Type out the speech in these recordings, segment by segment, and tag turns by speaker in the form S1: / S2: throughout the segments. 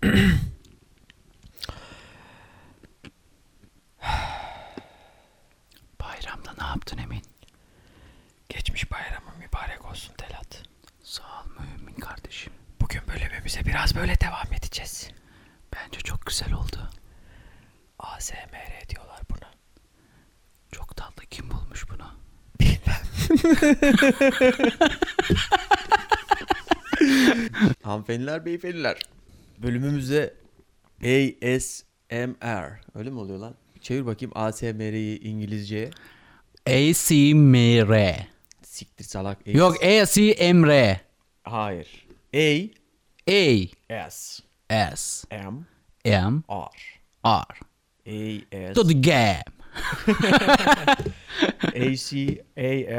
S1: geçmiş bayramı mübarek olsun Telat.
S2: Sağ ol mümin kardeşim.
S1: Bugün bölümümüze biraz böyle devam edeceğiz.
S2: Bence çok güzel oldu.
S1: ASMR diyorlar buna.
S2: Çok tatlı. Kim bulmuş bunu?
S1: Bilmem.
S3: Hanımefendiler, beyefendiler. Bölümümüzde ASMR. Öyle mi oluyor lan? Çevir bakayım ASMR'yi İngilizceye.
S2: ASMR.
S3: Siktir salak. A-
S2: Yok ASMR.
S3: Hayır. A
S2: A
S3: S
S2: S
S3: M
S2: M
S3: R.
S2: R.
S3: A
S2: To
S3: S
S2: the game.
S3: A C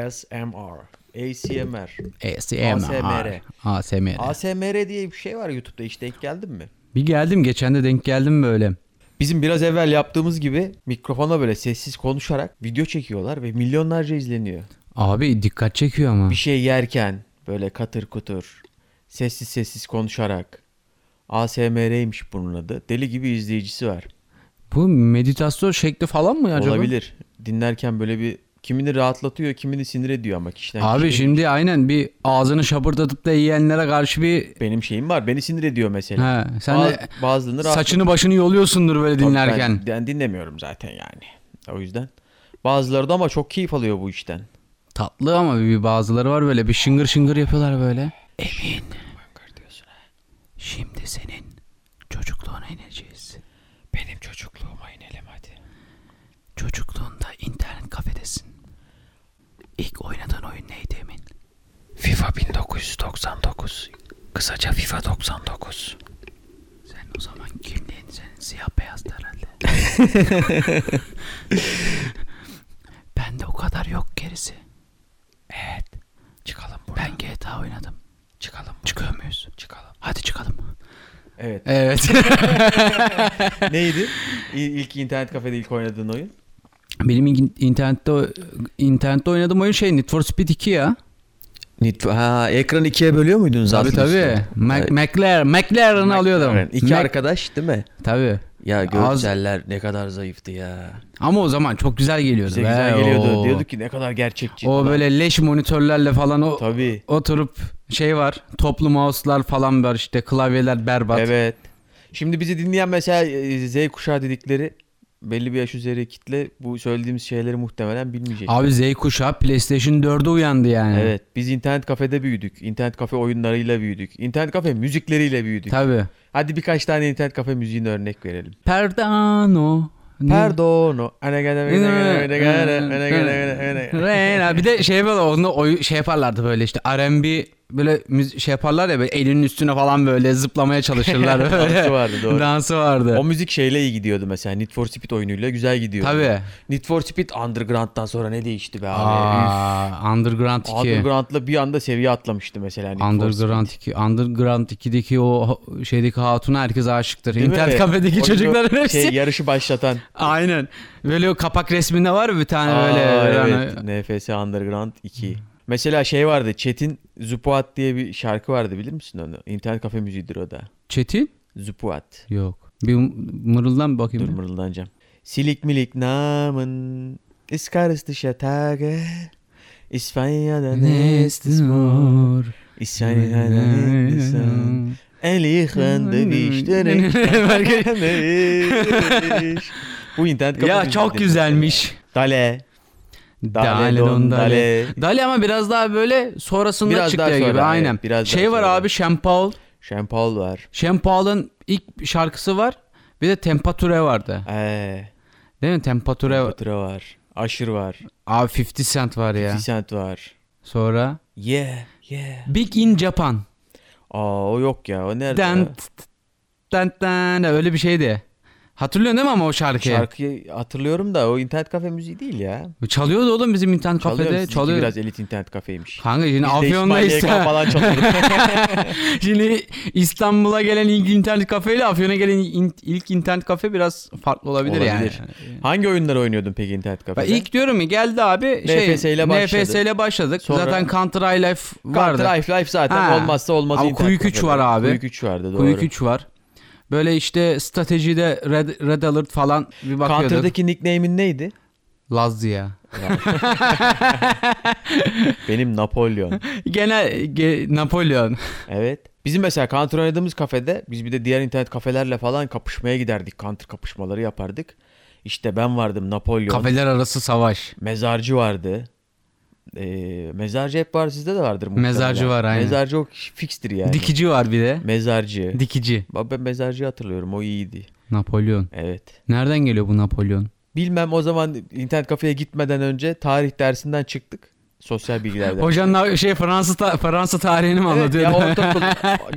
S3: A S M R. A C M R.
S2: ASMR.
S3: ASMR.
S2: ASMR.
S3: ASMR diye bir şey var YouTube'da hiç denk geldin mi?
S2: Bir geldim geçen de denk geldim böyle.
S3: Bizim biraz evvel yaptığımız gibi mikrofona böyle sessiz konuşarak video çekiyorlar ve milyonlarca izleniyor.
S2: Abi dikkat çekiyor ama.
S3: bir şey yerken böyle katır kutur sessiz sessiz konuşarak ASMR'ymiş bunun adı. Deli gibi izleyicisi var.
S2: Bu meditasyon şekli falan mı acaba?
S3: Olabilir. Dinlerken böyle bir kimini rahatlatıyor, kimini sinir ediyor ama kişiden
S2: Abi
S3: kişiye.
S2: şimdi aynen bir ağzını şapırdatıp da yiyenlere karşı bir
S3: benim şeyim var. Beni sinir ediyor mesela.
S2: He, sen
S3: Baz-
S2: de
S3: bazılarını rahat-
S2: saçını başını yoluyorsundur böyle
S3: Tabii
S2: dinlerken.
S3: Ben, ben dinlemiyorum zaten yani. O yüzden. Bazıları da ama çok keyif alıyor bu işten.
S2: Tatlı ama bir bazıları var böyle bir şıngır şıngır yapıyorlar böyle. Emin
S1: Bıngır diyorsun ha.
S2: şimdi senin çocukluğuna ineceğiz.
S1: Benim çocukluğuma inelim hadi.
S2: Çocukluğunda internet kafedesin. İlk oynadığın oyun neydi Emin?
S1: FIFA 1999. Kısaca FIFA 99.
S2: Sen o zaman kimliğin senin siyah beyazdı herhalde. Bende o kadar yok gerisi.
S1: Evet. Çıkalım buradan.
S2: Ben GTA oynadım.
S1: Çıkalım.
S2: Çıkıyor muyuz?
S1: Çıkalım.
S2: Hadi çıkalım.
S3: Evet.
S2: Evet.
S3: Neydi? İl- İlk internet kafede ilk oynadığın oyun?
S2: Benim in- internette internette oynadığım oyun şey Need for Speed 2 ya.
S3: ha, ekran ikiye bölüyor muydunuz
S2: Tabii tabii. Mac- McLaren, McLaren'ı alıyordum.
S3: Evet, İki
S2: Mac-
S3: arkadaş değil mi?
S2: Tabii.
S3: Ya
S2: Az-
S3: görseller ne kadar zayıftı ya.
S2: Ama o zaman çok güzel geliyordu.
S3: Bize
S2: be,
S3: güzel geliyordu.
S2: o.
S3: Diyorduk ki ne kadar gerçekçi.
S2: O
S3: falan.
S2: böyle leş monitörlerle falan o
S3: Tabii.
S2: oturup şey var. Toplu mouse'lar falan var işte klavyeler berbat.
S3: Evet. Şimdi bizi dinleyen mesela e, Z kuşağı dedikleri belli bir yaş üzeri kitle bu söylediğimiz şeyleri muhtemelen bilmeyecek.
S2: Abi Z kuşağı PlayStation 4'e uyandı yani.
S3: Evet. Biz internet kafede büyüdük. İnternet kafe oyunlarıyla büyüdük. İnternet kafe müzikleriyle büyüdük.
S2: Tabii.
S3: Hadi birkaç tane internet kafe müziğine örnek verelim.
S2: Perdano. Ne-
S3: Pardon.
S2: Reyna. Bir de şey yaparlar, onu oy, şey yaparlardı böyle işte R&B böyle müzi- şey yaparlar ya böyle elinin üstüne falan böyle zıplamaya çalışırlar. böyle.
S3: Dansı vardı, doğru.
S2: Dansı vardı.
S3: O müzik şeyle iyi gidiyordu mesela. Need for Speed oyunuyla güzel gidiyordu.
S2: Tabii.
S3: Need for Speed Underground'dan sonra ne değişti be abi?
S2: Aa, Underground
S3: Üf.
S2: 2. Underground,
S3: Underground'la bir anda seviye atlamıştı mesela Need for Speed.
S2: 2. Underground 2'deki o ha- şeydeki hatuna herkes aşıktır.
S3: Değil mi?
S2: İnternet kafedeki
S3: Oyunu
S2: çocukların hepsi.
S3: Şey, yarışı başlatan.
S2: Aynen. Böyle o kapak resminde var ya bir tane
S3: Aa,
S2: böyle. böyle
S3: evet.
S2: hani-
S3: NFS Underground 2. Mesela şey vardı. Çetin Zupuat diye bir şarkı vardı bilir misin onu? İnternet kafe müziğidir o da.
S2: Çetin?
S3: Zupuat.
S2: Yok. Bir mırıldan bir bakayım.
S3: Dur
S2: bir.
S3: mırıldanacağım. Silik milik namın iskarız dışa tage İspanya'da ne istis mor İspanya'da ne istis Elihan deviştirek. Bu internet kapalı
S2: ya çok
S3: müzikleri.
S2: güzelmiş.
S3: Dale.
S2: Dale don dale. Dale ama biraz daha böyle sonrasında
S3: Biraz
S2: çıktı
S3: daha
S2: gibi
S3: sonra, evet,
S2: aynen.
S3: biraz daha
S2: şey var
S3: sonra.
S2: abi Şempaul.
S3: Şempol var.
S2: Şempaul'un ilk şarkısı var. Bir de Temperature vardı.
S3: Ee,
S2: Değil mi? Temperature var.
S3: Batıra var. Aşır var.
S2: Abi 50 Cent var ya.
S3: Tisent var.
S2: Sonra
S3: Yeah. Yeah.
S2: Big in Japan.
S3: Aa o yok ya. O nerede?
S2: Dan
S3: ya?
S2: dan dan öyle bir şeydi. Hatırlıyorsun değil mi ama o şarkıyı?
S3: Şarkıyı hatırlıyorum da o internet kafe müziği değil ya.
S2: Çalıyordu oğlum bizim internet
S3: Çalıyor
S2: kafede.
S3: sizinki
S2: Çalıyor.
S3: biraz elit internet kafeymiş.
S2: Kanka
S3: Biz
S2: şimdi
S3: de
S2: Afyon'da
S3: İsmail YK
S2: işte.
S3: falan çalıyorduk.
S2: Şimdi İstanbul'a gelen ilk internet kafeyle Afyon'a gelen in- ilk internet kafe biraz farklı olabilir,
S3: Olabilir.
S2: yani.
S3: Hangi oyunları oynuyordun peki internet
S2: Ben
S3: kafede?
S2: ilk diyorum ya geldi abi şey
S3: NFS ile başladı.
S2: NFS ile başladık.
S3: Sonra-
S2: Zaten Counter Life vardı.
S3: Counter Life Life zaten
S2: Ha.
S3: olmazsa olmazı
S2: Ama
S3: internet
S2: Kuyuk üç
S3: kafede.
S2: var abi.
S3: Kuyuk 3 vardı doğru.
S2: Quake 3 var. Böyle işte stratejide Red, Red Alert falan bir bakıyorduk.
S3: Counter'daki nickname'in neydi?
S2: Lazia.
S3: Benim Napolyon.
S2: Genel ge- Napolyon.
S3: Evet. Bizim mesela counter oynadığımız kafede biz bir de diğer internet kafelerle falan kapışmaya giderdik. Counter kapışmaları yapardık. İşte ben vardım Napolyon.
S2: Kafeler arası savaş.
S3: Mezarcı vardı. Ee, mezarcı hep var sizde de vardır muhtemelen.
S2: Mezarcı var, aynen.
S3: Mezarcı o kişi fikstir yani.
S2: Dikici var bir de.
S3: Mezarcı.
S2: Dikici.
S3: Bak ben mezarcıyı hatırlıyorum o iyiydi.
S2: Napolyon.
S3: Evet.
S2: Nereden geliyor bu Napolyon?
S3: Bilmem o zaman internet kafeye gitmeden önce tarih dersinden çıktık. Sosyal bilgilerden.
S2: Hocan na- şey Fransa ta- Fransa tarihini mi
S3: Evet,
S2: anlatıyordu?
S3: ya ortaokul,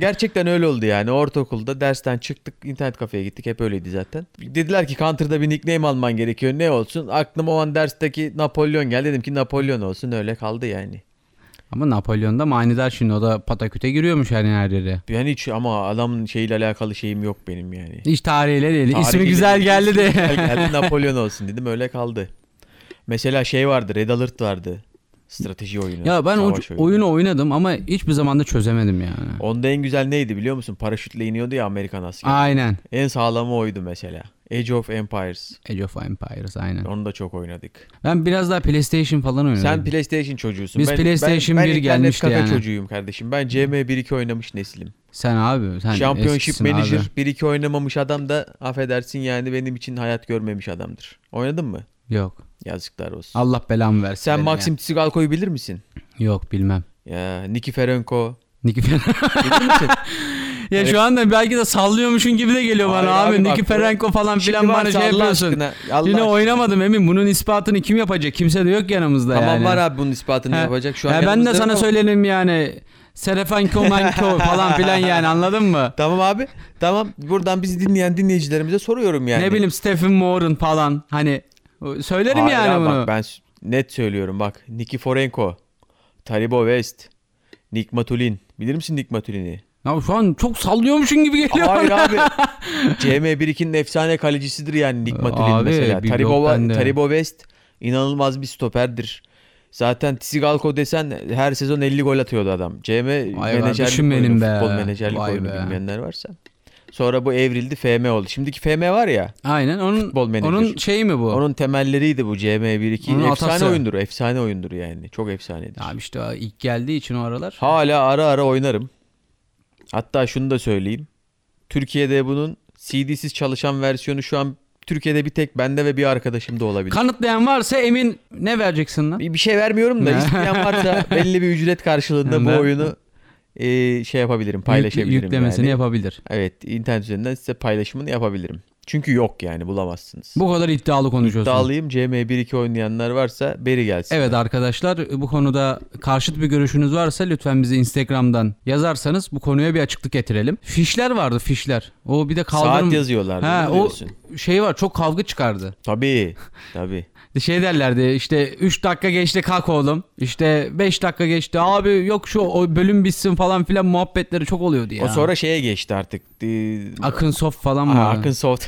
S3: gerçekten öyle oldu yani. Ortaokulda dersten çıktık internet kafeye gittik. Hep öyleydi zaten. Dediler ki Counter'da bir nickname alman gerekiyor. Ne olsun? Aklıma o an dersteki Napolyon geldi. Dedim ki Napolyon olsun. Öyle kaldı yani.
S2: Ama Napolyon'da manidar şimdi o da pataküte giriyormuş yani her yere.
S3: Yani hiç ama adamın şeyiyle alakalı şeyim yok benim yani.
S2: Hiç tarihiyle değil.
S3: Tarihi
S2: İsmi güzel
S3: dedim,
S2: geldi de.
S3: ismi güzel geldi Napolyon olsun dedim öyle kaldı. Mesela şey vardı Red Alert vardı. Strateji oyunu.
S2: ya ben o
S3: savaş
S2: oyunu oynadım ama hiçbir zaman da çözemedim yani.
S3: Onda en güzel neydi biliyor musun? Paraşütle iniyordu ya Amerikan askeri.
S2: Aynen.
S3: En sağlamı oydu mesela. Age of Empires.
S2: Age of Empires aynen.
S3: Onu da çok oynadık.
S2: Ben biraz daha PlayStation falan oynadım.
S3: Sen PlayStation çocuğusun.
S2: Biz PlayStation
S3: ben, ben
S2: bir
S3: internet
S2: gelmişti
S3: kafe
S2: yani.
S3: çocuğuyum kardeşim. Ben CM1-2 oynamış nesilim.
S2: Sen abi. Sen
S3: Championship
S2: Hani eskisin
S3: Manager
S2: abi.
S3: 1-2 oynamamış adam da affedersin yani benim için hayat görmemiş adamdır. Oynadın mı?
S2: Yok.
S3: Yazıklar olsun.
S2: Allah belamı versin.
S3: Sen
S2: benim
S3: Maxim Tsigalko'yu bilir misin?
S2: yani. Yok bilmem.
S3: Ya Nikiforenko.
S2: Nikifer.
S3: Bilir misin?
S2: ya şu anda belki de sallıyormuşun gibi de geliyor
S3: Hayır
S2: bana abi.
S3: abi bak,
S2: Nikiferenko falan
S3: Şimdi
S2: filan bana
S3: varsa
S2: şey
S3: Allah
S2: yapıyorsun.
S3: aşkına, Allah
S2: Yine
S3: aşkına.
S2: oynamadım emin. Bunun ispatını kim yapacak? Kimse de yok yanımızda
S3: Tamam
S2: yani.
S3: var abi bunun ispatını
S2: He.
S3: yapacak. Şu an
S2: Ya ben
S3: yanımızda
S2: de
S3: yok
S2: sana
S3: ama-
S2: söylerim yani. Serefenko Manko falan filan yani anladın mı?
S3: Tamam abi. Tamam. Buradan bizi dinleyen dinleyicilerimize soruyorum yani.
S2: Ne bileyim Stephen Moore'un falan hani o- söylerim
S3: Hayır
S2: yani
S3: abi,
S2: bunu.
S3: Bak ben s- net söylüyorum bak. Nikiforenko, Talibo West, Nick Matulin. Bilir misin Nick Matulin'i?
S2: Ya şu an çok sallıyormuşun gibi geliyor.
S3: Hayır abi. CM1-2'nin efsane kalecisidir yani Nick Matulin
S2: Abi,
S3: mesela.
S2: bir
S3: Taribo,
S2: yok bende.
S3: Taribo West inanılmaz bir stoperdir. Zaten Tsigalko desen her sezon 50 gol atıyordu adam. CM
S2: Vay
S3: menajerlik
S2: kardeşim
S3: oyunu,
S2: benim be.
S3: futbol menajerlik
S2: Vay
S3: oyunu
S2: be.
S3: bilmeyenler varsa. Sonra bu evrildi FM oldu. Şimdiki FM var ya.
S2: Aynen onun
S3: Futbol menajer.
S2: onun şeyi mi bu?
S3: Onun temelleriydi bu CM1-2.
S2: Onun
S3: Efsane
S2: atası.
S3: oyundur. Efsane oyundur yani. Çok efsanedir.
S2: Abi işte o ilk geldiği için o aralar.
S3: Hala ara ara oynarım. Hatta şunu da söyleyeyim. Türkiye'de bunun CD'siz çalışan versiyonu şu an Türkiye'de bir tek bende ve bir arkadaşımda olabilir.
S2: Kanıtlayan varsa Emin ne vereceksin lan?
S3: bir bir şey vermiyorum da
S2: Ne?
S3: isteyen varsa belli bir ücret karşılığında
S2: Ne?
S3: bu oyunu e, şey yapabilirim, paylaşabilirim.
S2: Yük- Yüklemesini
S3: yani.
S2: yapabilir.
S3: Evet, internet üzerinden size paylaşımını yapabilirim. Çünkü yok yani bulamazsınız.
S2: Bu kadar iddialı konuşuyorsun.
S3: Dağılayım CM1-2 oynayanlar varsa beri gelsin.
S2: Evet arkadaşlar bu konuda karşıt bir görüşünüz varsa lütfen bizi Instagram'dan yazarsanız bu konuya bir açıklık getirelim. Fişler vardı fişler. O bir de kaldırım.
S3: Saat yazıyorlardı.
S2: Ha,
S3: ne
S2: o
S3: diyorsun?
S2: şey var çok kavga çıkardı.
S3: Tabii. Tabii.
S2: Şey derlerdi işte 3 dakika geçti kalk oğlum. İşte 5 dakika geçti abi yok şu o bölüm bitsin falan filan muhabbetleri çok oluyordu ya.
S3: O sonra şeye geçti artık. Ee,
S2: Akın Sof falan mı?
S3: Aa, Akın Soft.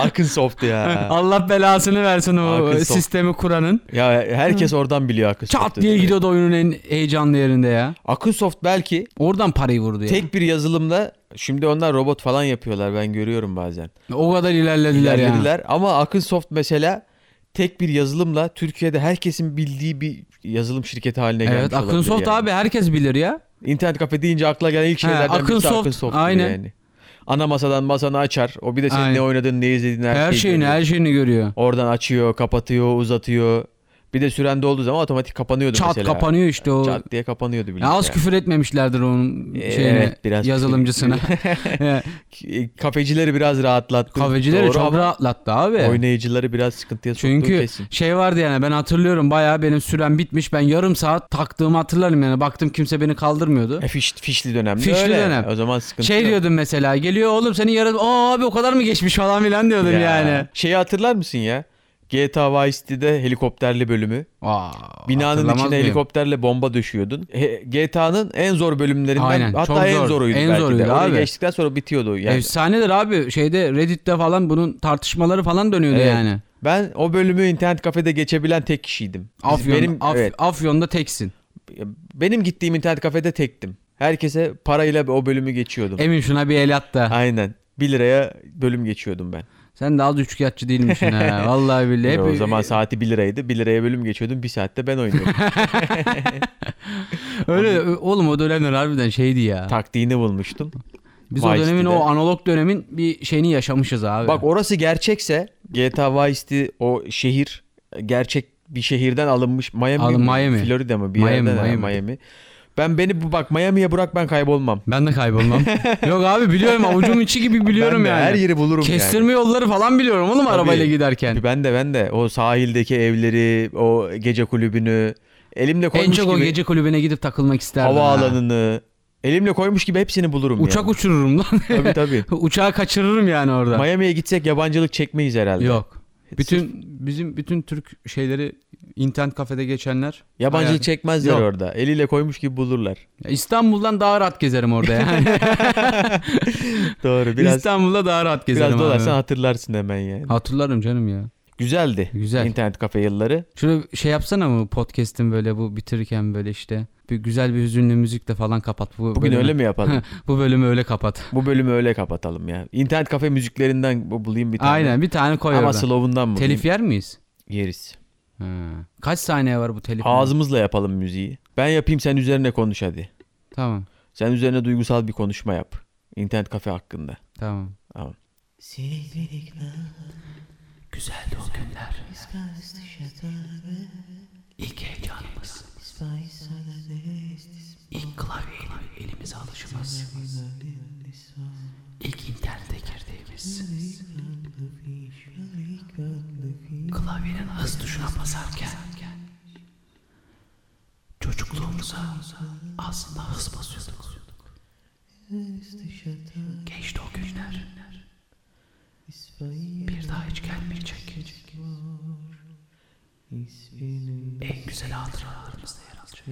S3: Akın Soft ya.
S2: Allah belasını versin o
S3: Akın Sof.
S2: sistemi kuranın.
S3: Ya herkes oradan biliyor Akın
S2: Çat
S3: Soft'u.
S2: diye gidiyordu oyunun en heyecanlı yerinde ya.
S3: Akın Soft belki
S2: Oradan parayı vurdu ya.
S3: tek bir yazılımla şimdi onlar robot falan yapıyorlar ben görüyorum bazen.
S2: o kadar ilerlediler, ya.
S3: İlerlediler ama Akın Soft mesela tek bir yazılımla Türkiye'de herkesin bildiği bir yazılım şirketi haline gelmiş
S2: Evet Akın
S3: olabilir
S2: Soft
S3: yani.
S2: abi herkes bilir ya.
S3: İnternet kafe deyince akla gelen ilk
S2: He,
S3: şeylerden
S2: Akın
S3: birisi Akın
S2: Soft,
S3: Soft.
S2: aynen.
S3: Yani. Ana masadan masanı açar. O bir de senin
S2: Aynen.
S3: ne oynadığını, ne izlediğini her,
S2: Her,
S3: şeyi
S2: şeyini
S3: görüyor.
S2: her şeyini görüyor.
S3: Oradan açıyor, kapatıyor, uzatıyor. Bir de sürende olduğu zaman otomatik kapanıyordu
S2: Çat
S3: mesela.
S2: kapanıyor işte o.
S3: Çat diye kapanıyordu bilgisayar.
S2: Ya az küfür etmemişlerdir onun
S3: Ee,
S2: şeyine,
S3: evet, biraz
S2: yazılımcısına. Evet,
S3: K- e, Kafecileri biraz rahatlattı.
S2: Kafecileri
S3: Doğru
S2: çok
S3: ama
S2: rahatlattı abi.
S3: Oynayıcıları biraz sıkıntıya soktuğu
S2: Çünkü
S3: kesin.
S2: şey vardı yani ben hatırlıyorum bayağı benim süren bitmiş. Ben yarım saat taktığımı hatırlarım yani. Baktım kimse beni kaldırmıyordu.
S3: E, fiş, fişli dönemde
S2: Fişli
S3: öyle.
S2: dönem.
S3: O zaman sıkıntı
S2: Şey
S3: yok.
S2: diyordum mesela geliyor oğlum senin yarım... Aa abi o kadar mı geçmiş falan filan diyordum
S3: Ya.
S2: yani.
S3: Şeyi hatırlar mısın ya? GTA Vice City'de helikopterli bölümü.
S2: Aa,
S3: Binanın
S2: hatırlamaz
S3: içine
S2: mıyım?
S3: helikopterle bomba döşüyordun. He- GTA'nın en zor bölümlerinden
S2: Aynen,
S3: hatta
S2: çok
S3: en
S2: zor.
S3: zoruydu
S2: En
S3: belki
S2: zoruydu
S3: de. Orayı
S2: abi.
S3: geçtikten sonra bitiyordu yani.
S2: Efsanedir abi. Şeyde Reddit'te falan bunun tartışmaları falan dönüyordu
S3: Evet.
S2: yani.
S3: Ben o bölümü internet kafede geçebilen tek kişiydim. Biz-
S2: Afyon,
S3: benim,
S2: Af-
S3: evet,
S2: Afyon'da teksin.
S3: benim gittiğim internet kafede tektim. Herkese parayla o bölümü geçiyordum.
S2: Emin şuna bir el at da.
S3: Aynen. 1 liraya bölüm geçiyordum ben.
S2: Sen de az üçkağıtçı değilmişsin ha. Vallahi billahi. Hep
S3: o zaman saati 1 liraydı. 1 liraya bölüm geçiyordum. 1 saatte ben oynuyordum.
S2: Öyle oğlum o dönemler harbiden şeydi ya.
S3: Taktiğini bulmuştum.
S2: Biz o
S3: Vice
S2: dönemin
S3: City'de.
S2: o analog dönemin bir şeyini yaşamışız abi.
S3: Bak orası gerçekse GTA Vice City o şehir gerçek bir şehirden alınmış Miami,
S2: Alın-
S3: mi?
S2: Miami.
S3: Florida mı bir
S2: Miami,
S3: yerden ha,
S2: Miami.
S3: Miami. Ben beni bu- bak Miami'ye bırak ben kaybolmam.
S2: ben de kaybolmam. Yok abi biliyorum avucumun içi gibi biliyorum
S3: ben de
S2: yani.
S3: Her yeri bulurum yani.
S2: Kestirme yolları falan biliyorum oğlum arabayla giderken.
S3: Ben de ben de o sahildeki evleri, o gece kulübünü elimle koymuş
S2: En çok o
S3: gibi
S2: gece kulübüne gidip takılmak isterdim. ha.
S3: havaalanını elimle koymuş gibi hepsini bulurum
S2: Uçak
S3: yani.
S2: uçururum lan.
S3: Tabii tabii.
S2: Uçağı kaçırırım yani orada.
S3: Miami'ye gitsek yabancılık çekmeyiz herhalde.
S2: Yok. Bütün bizim bütün Türk şeyleri internet kafede geçenler.
S3: Yabancılık
S2: Bayağı-
S3: çekmezler
S2: Yok.
S3: orada. Eliyle koymuş gibi bulurlar.
S2: Ya İstanbul'dan daha rahat gezerim orada yani.
S3: Doğru. Biraz
S2: İstanbul'da daha rahat gezerim.
S3: biraz
S2: abi.
S3: dolarsan hatırlarsın hemen yani.
S2: Hatırlarım canım ya.
S3: Güzeldi.
S2: Güzel.
S3: İnternet kafe yılları.
S2: Şöyle şey yapsana mı podcast'in böyle bu bitirirken böyle işte bir güzel bir hüzünlü müzikle falan kapat. Bu
S3: Bugün
S2: bölümü.
S3: öyle mi yapalım?
S2: Bu bölümü öyle kapat.
S3: Bu bölümü öyle kapatalım ya. İnternet kafe müziklerinden bu- bulayım bir tane.
S2: Aynen bir tane koy
S3: Ama
S2: orada.
S3: slow'undan bulayım.
S2: Telif yer miyiz?
S3: yeriz.
S2: Ha. Kaç saniye var bu telif?
S3: Ağzımızla yapalım müziği. Ben yapayım sen üzerine konuş hadi.
S2: Tamam.
S3: Sen üzerine duygusal bir konuşma yap. İnternet kafe hakkında.
S2: Tamam.
S3: Tamam.
S1: Güzeldi o günler. İlk heyecanımız. İlk klavyeyle elimize alışımız. İlk internete girdiğimiz. Klavyenin hız tuşuna basarken. Çocukluğumuza aslında hız basıyorduk. Geçti o günler. Bir daha hiç gelmeyecek. En güzel hatıralarımızda yer alacak.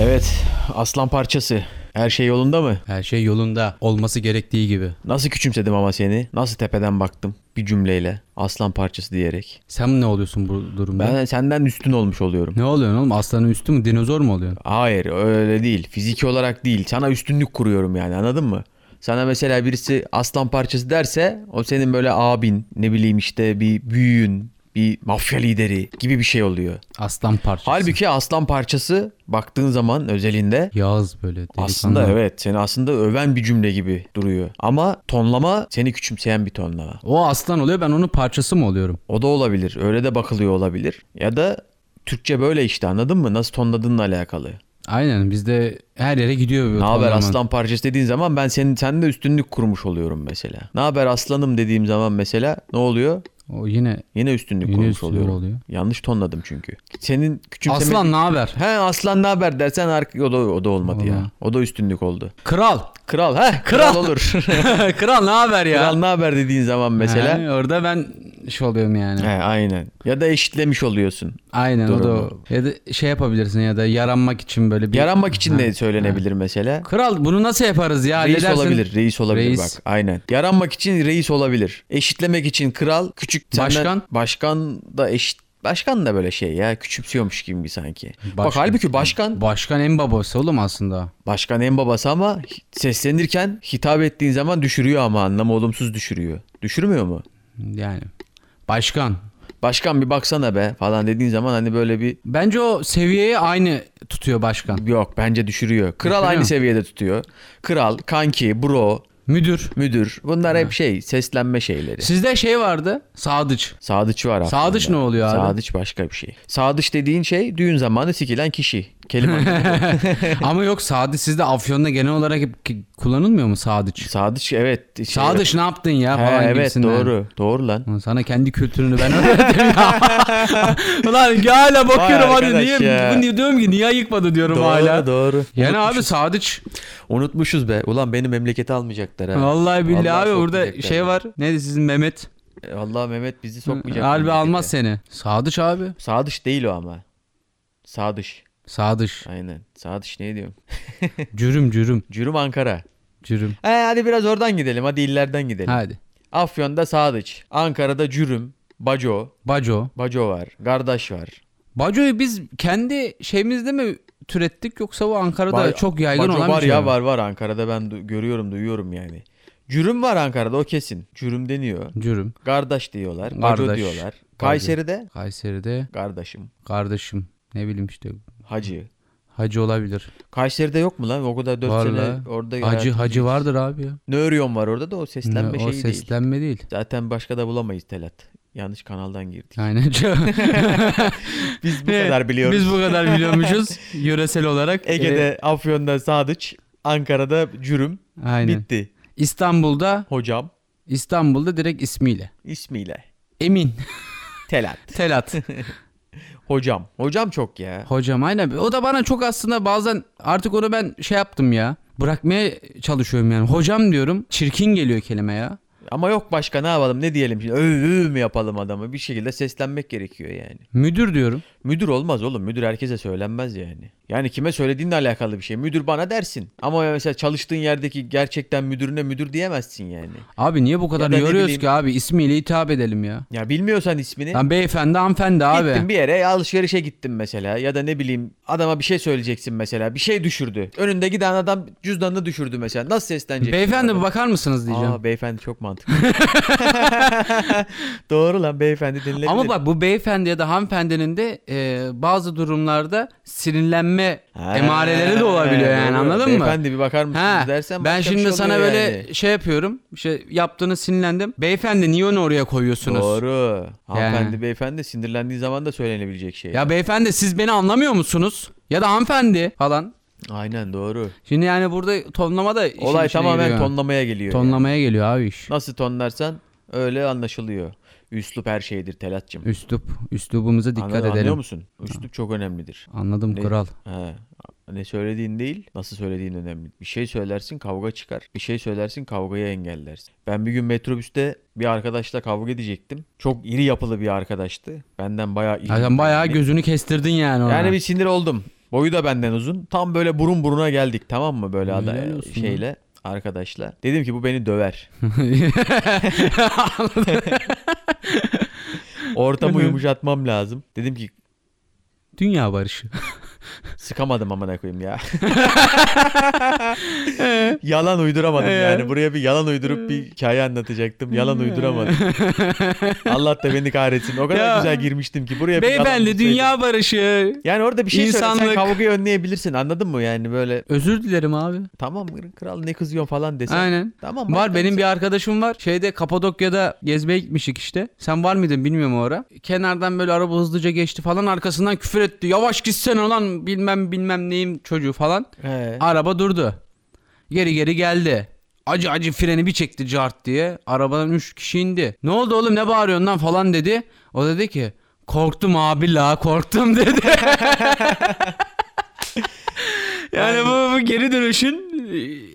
S3: Evet. Aslan parçası. Her şey yolunda mı?
S2: Her şey yolunda olması gerektiği gibi.
S3: Nasıl küçümsedim ama seni? Nasıl tepeden baktım? Bir cümleyle. Aslan parçası diyerek.
S2: Sen ne oluyorsun bu durumda?
S3: Ben senden üstün olmuş oluyorum.
S2: Ne oluyorsun oğlum? Aslanın üstü mü? Dinozor mu oluyorsun?
S3: Hayır öyle değil. Fiziki olarak değil. Sana üstünlük kuruyorum yani anladın mı? Sana mesela birisi aslan parçası derse o senin böyle abin ne bileyim işte bir büyüğün bir mafya lideri gibi bir şey oluyor.
S2: Aslan parçası.
S3: Halbuki aslan parçası baktığın zaman özelinde
S2: Yağız böyle. delikanlı.
S3: aslında evet seni aslında öven bir cümle gibi duruyor. Ama tonlama seni küçümseyen bir tonlama.
S2: O aslan oluyor ben onun parçası mı oluyorum?
S3: O da olabilir. Öyle de bakılıyor olabilir. Ya da Türkçe böyle işte anladın mı? Nasıl tonladığınla alakalı.
S2: Aynen bizde her yere gidiyor. bu
S3: Ne haber
S2: tonlama.
S3: aslan parçası dediğin zaman ben senin sen de üstünlük kurmuş oluyorum mesela. Ne haber aslanım dediğim zaman mesela ne oluyor?
S2: O yine
S3: Yine üstünlük
S2: Yine
S3: kurmuş
S2: üstünlük
S3: oluyorum.
S2: oluyor.
S3: Yanlış tonladım çünkü. Senin küçümseme...
S2: aslan ne haber?
S3: He aslan ne haber dersen arka o da, o da olmadı
S2: Olmadı.
S3: ya. O da üstünlük oldu.
S2: Kral.
S3: Kral he
S2: Kral.
S3: kral, olur.
S2: Kral ne haber ya?
S3: kral ne haber dediğin zaman mesela.
S2: Ha, orada ben şey oluyorum yani.
S3: He aynen. Ya da eşitlemiş oluyorsun.
S2: Aynen o da o.
S3: Durumu.
S2: Ya da şey yapabilirsin ya da yaranmak için böyle bir.
S3: Yaranmak için
S2: Ha.
S3: de söylenebilir mesela.
S2: Kral bunu nasıl yaparız ya?
S3: Reis
S2: Halledersin.
S3: olabilir, reis olabilir
S2: Reis.
S3: bak. Aynen. Yaranmak için reis olabilir. Eşitlemek için kral, küçük senden-
S2: Başkan?
S3: Başkan da eşit Başkan da böyle şey ya küçümsüyormuş gibi sanki. Bak
S2: Başkan.
S3: halbuki başkan
S2: Başkan en babası oğlum aslında.
S3: başkan en babası ama hi- seslenirken hitap ettiğin zaman düşürüyor ama anlamı olumsuz düşürüyor. Düşürmüyor mu?
S2: Yani. Başkan.
S3: Başkan bir baksana be falan dediğin zaman hani böyle bir
S2: Bence o seviyeyi aynı tutuyor başkan.
S3: yok bence düşürüyor. Kral
S2: Düşürüyor mu?
S3: aynı seviyede tutuyor. Kral, kanki, bro,
S2: Müdür.
S3: müdür bunlar hep şey seslenme şeyleri.
S2: Sizde şey vardı. Sadıç.
S3: Sadıç var aslında.
S2: Sadıç ne oluyor abi?
S3: Sadıç başka bir şey. Sadıç dediğin şey düğün zamanı sikilen kişi. Kelime. anlamı bu.
S2: Ama yok Sadıç sizde Afyon'da genel olarak hep ki- kullanılmıyor mu Sadıç?
S3: Sadıç evet. Şey,
S2: Sadıç ne yaptın ya
S3: He,
S2: falan
S3: evet
S2: gibisinden.
S3: doğru. Doğru lan.
S2: Ulan Sana kendi kültürünü ben öğrettim ya. Ulan hala bakıyorum
S3: Vay
S2: hadi
S3: arkadaş
S2: niye,
S3: ya.
S2: bu niye diyorum ki niye ayıkmadı diyorum
S3: Doğru
S2: hala.
S3: doğru.
S2: Yani abi Sadıç
S3: Unutmuşuz be. Ulan beni memlekete almayacaklar ha.
S2: vallahi billahi
S3: Vallahi
S2: abi burada
S3: sokmayacaklar
S2: şey
S3: ya.
S2: var. Neydi sizin Mehmet?
S3: E, Allah Mehmet bizi sokmayacak.
S2: Harbi
S3: memlekete.
S2: almaz seni. Sadıç abi.
S3: Sadıç değil o ama. Sadıç.
S2: Sadıç.
S3: Aynen. Sadıç ne diyorum?
S2: Cürüm cürüm
S3: Cürüm Ankara.
S2: cürüm.
S3: He, hadi biraz oradan gidelim. Hadi illerden gidelim.
S2: Hadi.
S3: Afyon'da Sadıç. Ankara'da Cürüm. Baco.
S2: Baco.
S3: Baco var. Kardeş var.
S2: Baco'yu biz kendi şeyimizde mi türettik yoksa bu Ankara'da
S3: Ba-
S2: çok yaygın
S3: Baco
S2: olan
S3: var
S2: bir şey
S3: ya
S2: mi?
S3: var var Ankara'da ben du- görüyorum duyuyorum yani. Cürüm var Ankara'da o kesin. Cürüm deniyor.
S2: Cürüm.
S3: Kardeş diyorlar. Baco
S2: Kardeş.
S3: diyorlar. Kayseri'de
S2: Kayseri'de
S3: kardeşim.
S2: kardeşim ne bileyim işte
S3: Hacı.
S2: hacı olabilir.
S3: Kayseri'de yok mu lan? O kadar 4
S2: Var lan.
S3: sene orada
S2: Hacı
S3: hayatım-
S2: hacı vardır abi ya.
S3: Nörion var orada da o
S2: Ne,
S3: seslenme
S2: o
S3: şeyi şey değil.
S2: seslenme değil.
S3: Zaten başka da bulamayız Telat. Yanlış kanaldan girdik.
S2: Aynen.
S3: Biz bu kadar biliyoruz.
S2: Biz bu kadar biliyormuşuz yöresel olarak.
S3: Ege'de, Afyon'da Sadıç, Ankara'da Cürüm.
S2: Ee, aynen.
S3: Bitti.
S2: İstanbul'da
S3: Hocam
S2: İstanbul'da direkt ismiyle.
S3: ismiyle.
S2: Emin
S3: Telat.
S2: Telat.
S3: Hocam. Hocam çok ya.
S2: Hocam aynen. O da bana çok aslında bazen artık onu ben şey yaptım ya. Bırakmaya çalışıyorum yani. Hocam diyorum. Çirkin geliyor kelime ya.
S3: Ama yok başka ne yapalım ne diyelim şimdi öv öv mü yapalım adamı bir şekilde seslenmek gerekiyor yani.
S2: Müdür diyorum.
S3: Müdür olmaz oğlum müdür herkese söylenmez yani. Yani kime söylediğinle alakalı bir şey müdür bana dersin ama mesela çalıştığın yerdeki gerçekten müdürüne müdür diyemezsin yani.
S2: Abi niye bu kadar
S3: da ne
S2: yoruyoruz
S3: bileyim.
S2: ki abi? İsmiyle hitap edelim ya.
S3: Ya bilmiyorsan ismini
S2: Lan beyefendi hanımefendi abi.
S3: gittin bir yere alışverişe gittin mesela ya da ne bileyim adama bir şey söyleyeceksin mesela bir şey düşürdü. Önünde giden adam cüzdanını düşürdü mesela nasıl sesleneceksin?
S2: Beyefendi
S3: adama?
S2: bakar mısınız diyeceğim.
S3: Aa beyefendi çok mantıklı. Doğru lan beyefendi denilebilir.
S2: Ama bak bu beyefendi ya da hanımefendinin de e, bazı durumlarda sinirlenme emareleri de olabiliyor yani anladın mı?
S3: Beyefendi bir bakar mısınız
S2: Ha,
S3: dersen
S2: ben
S3: başka bir
S2: şimdi
S3: şey
S2: sana
S3: oluyor
S2: böyle
S3: yani.
S2: şey yapıyorum. Şey yaptığınız sinirlendim. Beyefendi niye onu oraya koyuyorsunuz?
S3: Doğru. Hanımefendi
S2: Yani.
S3: beyefendi sinirlendiği zaman da söylenebilecek şey.
S2: Ya beyefendi siz beni anlamıyor musunuz? Ya da hanımefendi falan.
S3: Aynen doğru.
S2: Şimdi yani burada tonlama da işin
S3: Olay
S2: içine
S3: tamamen
S2: giriyor.
S3: tonlamaya geliyor. yani.
S2: tonlamaya geliyor abi iş.
S3: Nasıl tonlarsan öyle anlaşılıyor. Üslup her şeydir Telat'cığım.
S2: Üslup, üslubumuza dikkat
S3: Anla- Anlıyor
S2: edelim.
S3: musun? Üslup çok önemlidir.
S2: Anladım
S3: Ne-
S2: kral.
S3: He. Ne söylediğin değil, nasıl söylediğin önemli. Bir şey söylersin kavga çıkar. Bir şey söylersin kavgayı engellersin. Ben bir gün metrobüste bir arkadaşla kavga edecektim. Çok iri yapılı bir arkadaştı. Benden bayağı iri.
S2: Zaten bayağı
S3: Yani-
S2: gözünü kestirdin yani ona.
S3: Yani bir sinir oldum. Boyu da benden uzun. Tam böyle burun buruna geldik tamam mı böyle
S2: Helal
S3: ada-
S2: olsun
S3: şeyle arkadaşla. Dedim ki bu beni döver. Ortamı yumuşatmam lazım. Dedim ki
S2: Dünya barışı.
S3: Sıkamadım amına koyayım ya.
S2: Ee.
S3: yalan uyduramadım yani. Buraya bir yalan uydurup bir hikaye anlatacaktım. Yalan uyduramadım. Allah da beni kahretsin. O kadar
S2: Ya.
S3: güzel girmiştim ki buraya bir yalan
S2: Beyefendi
S3: bulsaydım.
S2: dünya barışı.
S3: Yani orada bir şey söylesen
S2: İnsanlık.
S3: kavgayı önleyebilirsin. Anladın mı yani böyle
S2: Özür dilerim abi.
S3: tamam kral ne kızıyorsun falan desen.
S2: Aynen.
S3: Tamam.
S2: Var
S3: bak-
S2: benim bir arkadaşım var. Şeyde Kapadokya'da gezmeye gitmiştik işte. Sen var mıydın bilmiyorum o ara. Kenardan böyle araba hızlıca geçti falan arkasından küfür etti. Yavaş gitsene lan bilmem bilmem neyim çocuğu falan.
S3: He.
S2: Araba durdu. Geri geri geldi. Acı acı freni bir çekti cart diye. Arabadan 3 kişi indi. Ne oldu oğlum ne bağırıyorsun lan falan dedi. O dedi ki korktum abi la korktum dedi. yani bu, bu geri dönüşün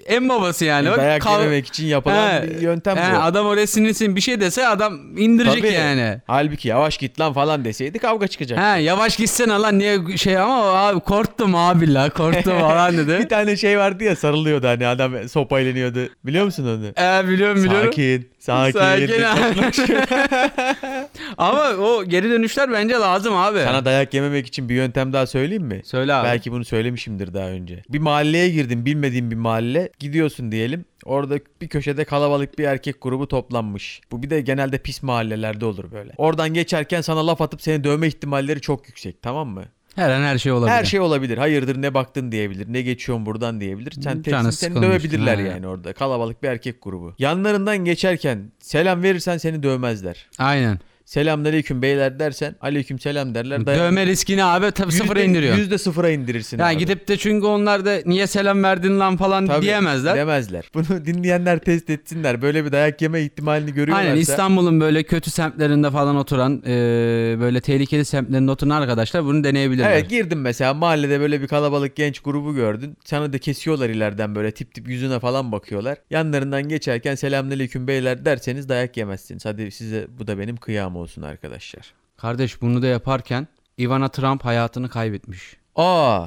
S2: e, en babası yani. Bak,
S3: E, Dayak
S2: kav-
S3: yememek için yapılan
S2: He,
S3: bir yöntem bu.
S2: he, adam oraya sinirsin bir şey dese adam indirecek
S3: Tabii.
S2: yani.
S3: Halbuki yavaş git lan falan deseydi kavga çıkacak.
S2: He yavaş gitsene lan niye şey ama abi korktum abi la korktum falan dedi.
S3: Bir tane şey vardı ya sarılıyordu hani adam sopa eğleniyordu. Biliyor musun onu?
S2: He biliyorum biliyorum.
S3: Sakin, sakin.
S2: Ama o geri dönüşler bence lazım abi.
S3: Sana dayak yememek için bir yöntem daha söyleyeyim mi?
S2: Söyle abi.
S3: Belki bunu söylemişimdir daha önce. Bir mahalleye girdin, bilmediğin bir mahalle. Gidiyorsun diyelim. Orada bir köşede kalabalık bir erkek grubu toplanmış. Bu bir de genelde pis mahallelerde olur böyle. Oradan geçerken sana laf atıp seni dövme ihtimalleri çok yüksek, tamam mı?
S2: Her an her şey olabilir.
S3: Her şey olabilir. Hayırdır ne baktın diyebilir. Ne geçiyorsun buradan diyebilir. Sen
S2: Bir
S3: teksin
S2: tane
S3: seni
S2: sıkılmıştır,
S3: dövebilirler
S2: ha.
S3: yani orada. Kalabalık bir erkek grubu. Yanlarından geçerken selam verirsen seni dövmezler.
S2: Aynen.
S3: Selamünaleyküm beyler dersen aleyküm selam derler. Dayak-
S2: Dövme riskini abi tabii
S3: Yüzde-
S2: sıfıra indiriyor.
S3: Yüzde sıfıra indirirsin.
S2: yani
S3: abi.
S2: gidip de çünkü onlar da niye selam verdin lan falan
S3: Tabii,
S2: diyemezler.
S3: Demezler. Bunu dinleyenler test etsinler. Böyle bir dayak yeme ihtimalini görüyorlarsa.
S2: Aynen İstanbul'un böyle kötü semtlerinde falan oturan e, böyle tehlikeli semtlerinde oturan arkadaşlar bunu deneyebilirler.
S3: Evet girdin mesela mahallede böyle bir kalabalık genç grubu gördün. Sana da kesiyorlar ileriden böyle tip tip yüzüne falan bakıyorlar. Yanlarından geçerken selamünaleyküm beyler derseniz dayak yemezsiniz. Hadi size bu da benim kıyam olsun arkadaşlar.
S2: Kardeş bunu da yaparken Ivana Trump hayatını kaybetmiş.
S3: Aa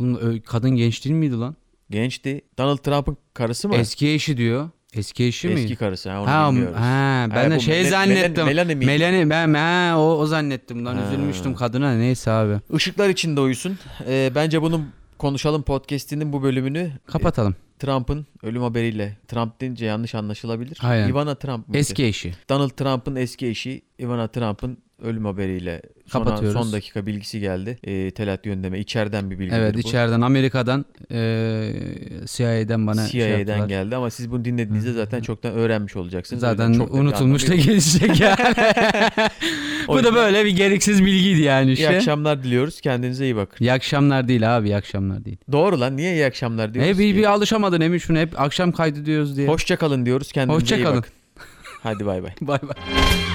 S2: Oğlum, ö- kadın genç değil miydi lan?
S3: gençti. Donald Trump'ın karısı mı?
S2: Eski eşi diyor. Eski eşi mi?
S3: Eski karısı ha onu
S2: Ha,
S3: bilmiyoruz.
S2: ha, ben
S3: Ha,
S2: de
S3: bu
S2: şey
S3: Mel- Melen-
S2: zannettim.
S3: Melanie miydi?
S2: Melanie, ben ha, o, o zannettim lan
S3: Ha.
S2: üzülmüştüm kadına neyse abi.
S3: Işıklar içinde uyusun. Ee, bence bunun konuşalım podcast'inin bu bölümünü Ee,
S2: Kapatalım.
S3: Trump'ın ölüm haberiyle. Trump deyince yanlış anlaşılabilir.
S2: Aynen.
S3: Ivana Trump mıydı?
S2: Eski eşi.
S3: Donald Trump'ın eski eşi Ivana Trump'ın ölüm haberiyle sonra
S2: Kapatıyoruz.
S3: son dakika bilgisi geldi. Ee, Telat Yöntem'e içeriden bir bilgi.
S2: Evet
S3: bu.
S2: içeriden Amerika'dan e, eee CIA'den bana şey
S3: CIA'den
S2: yaptılar.
S3: geldi ama siz bunu dinlediğinizde zaten çoktan öğrenmiş olacaksınız. O yüzden
S2: Zaten
S3: çok da bir
S2: unutulmuş da
S3: anlamı yok.
S2: gelecek ya. Bu da böyle bir gereksiz bilgiydi yani
S3: İyi
S2: işte.
S3: akşamlar diliyoruz. Kendinize iyi bakın.
S2: İyi akşamlar değil abi iyi akşamlar değil.
S3: Doğru lan niye iyi akşamlar diyoruz
S2: Hep bir,
S3: ki?
S2: bir alışamadın Emin şunu hep akşam kaydı diyoruz diye.
S3: Hoşça kalın diyoruz. Kendinize
S2: Hoşça
S3: iyi
S2: kalın.
S3: bakın. Hadi bay bay.
S2: Bay bay.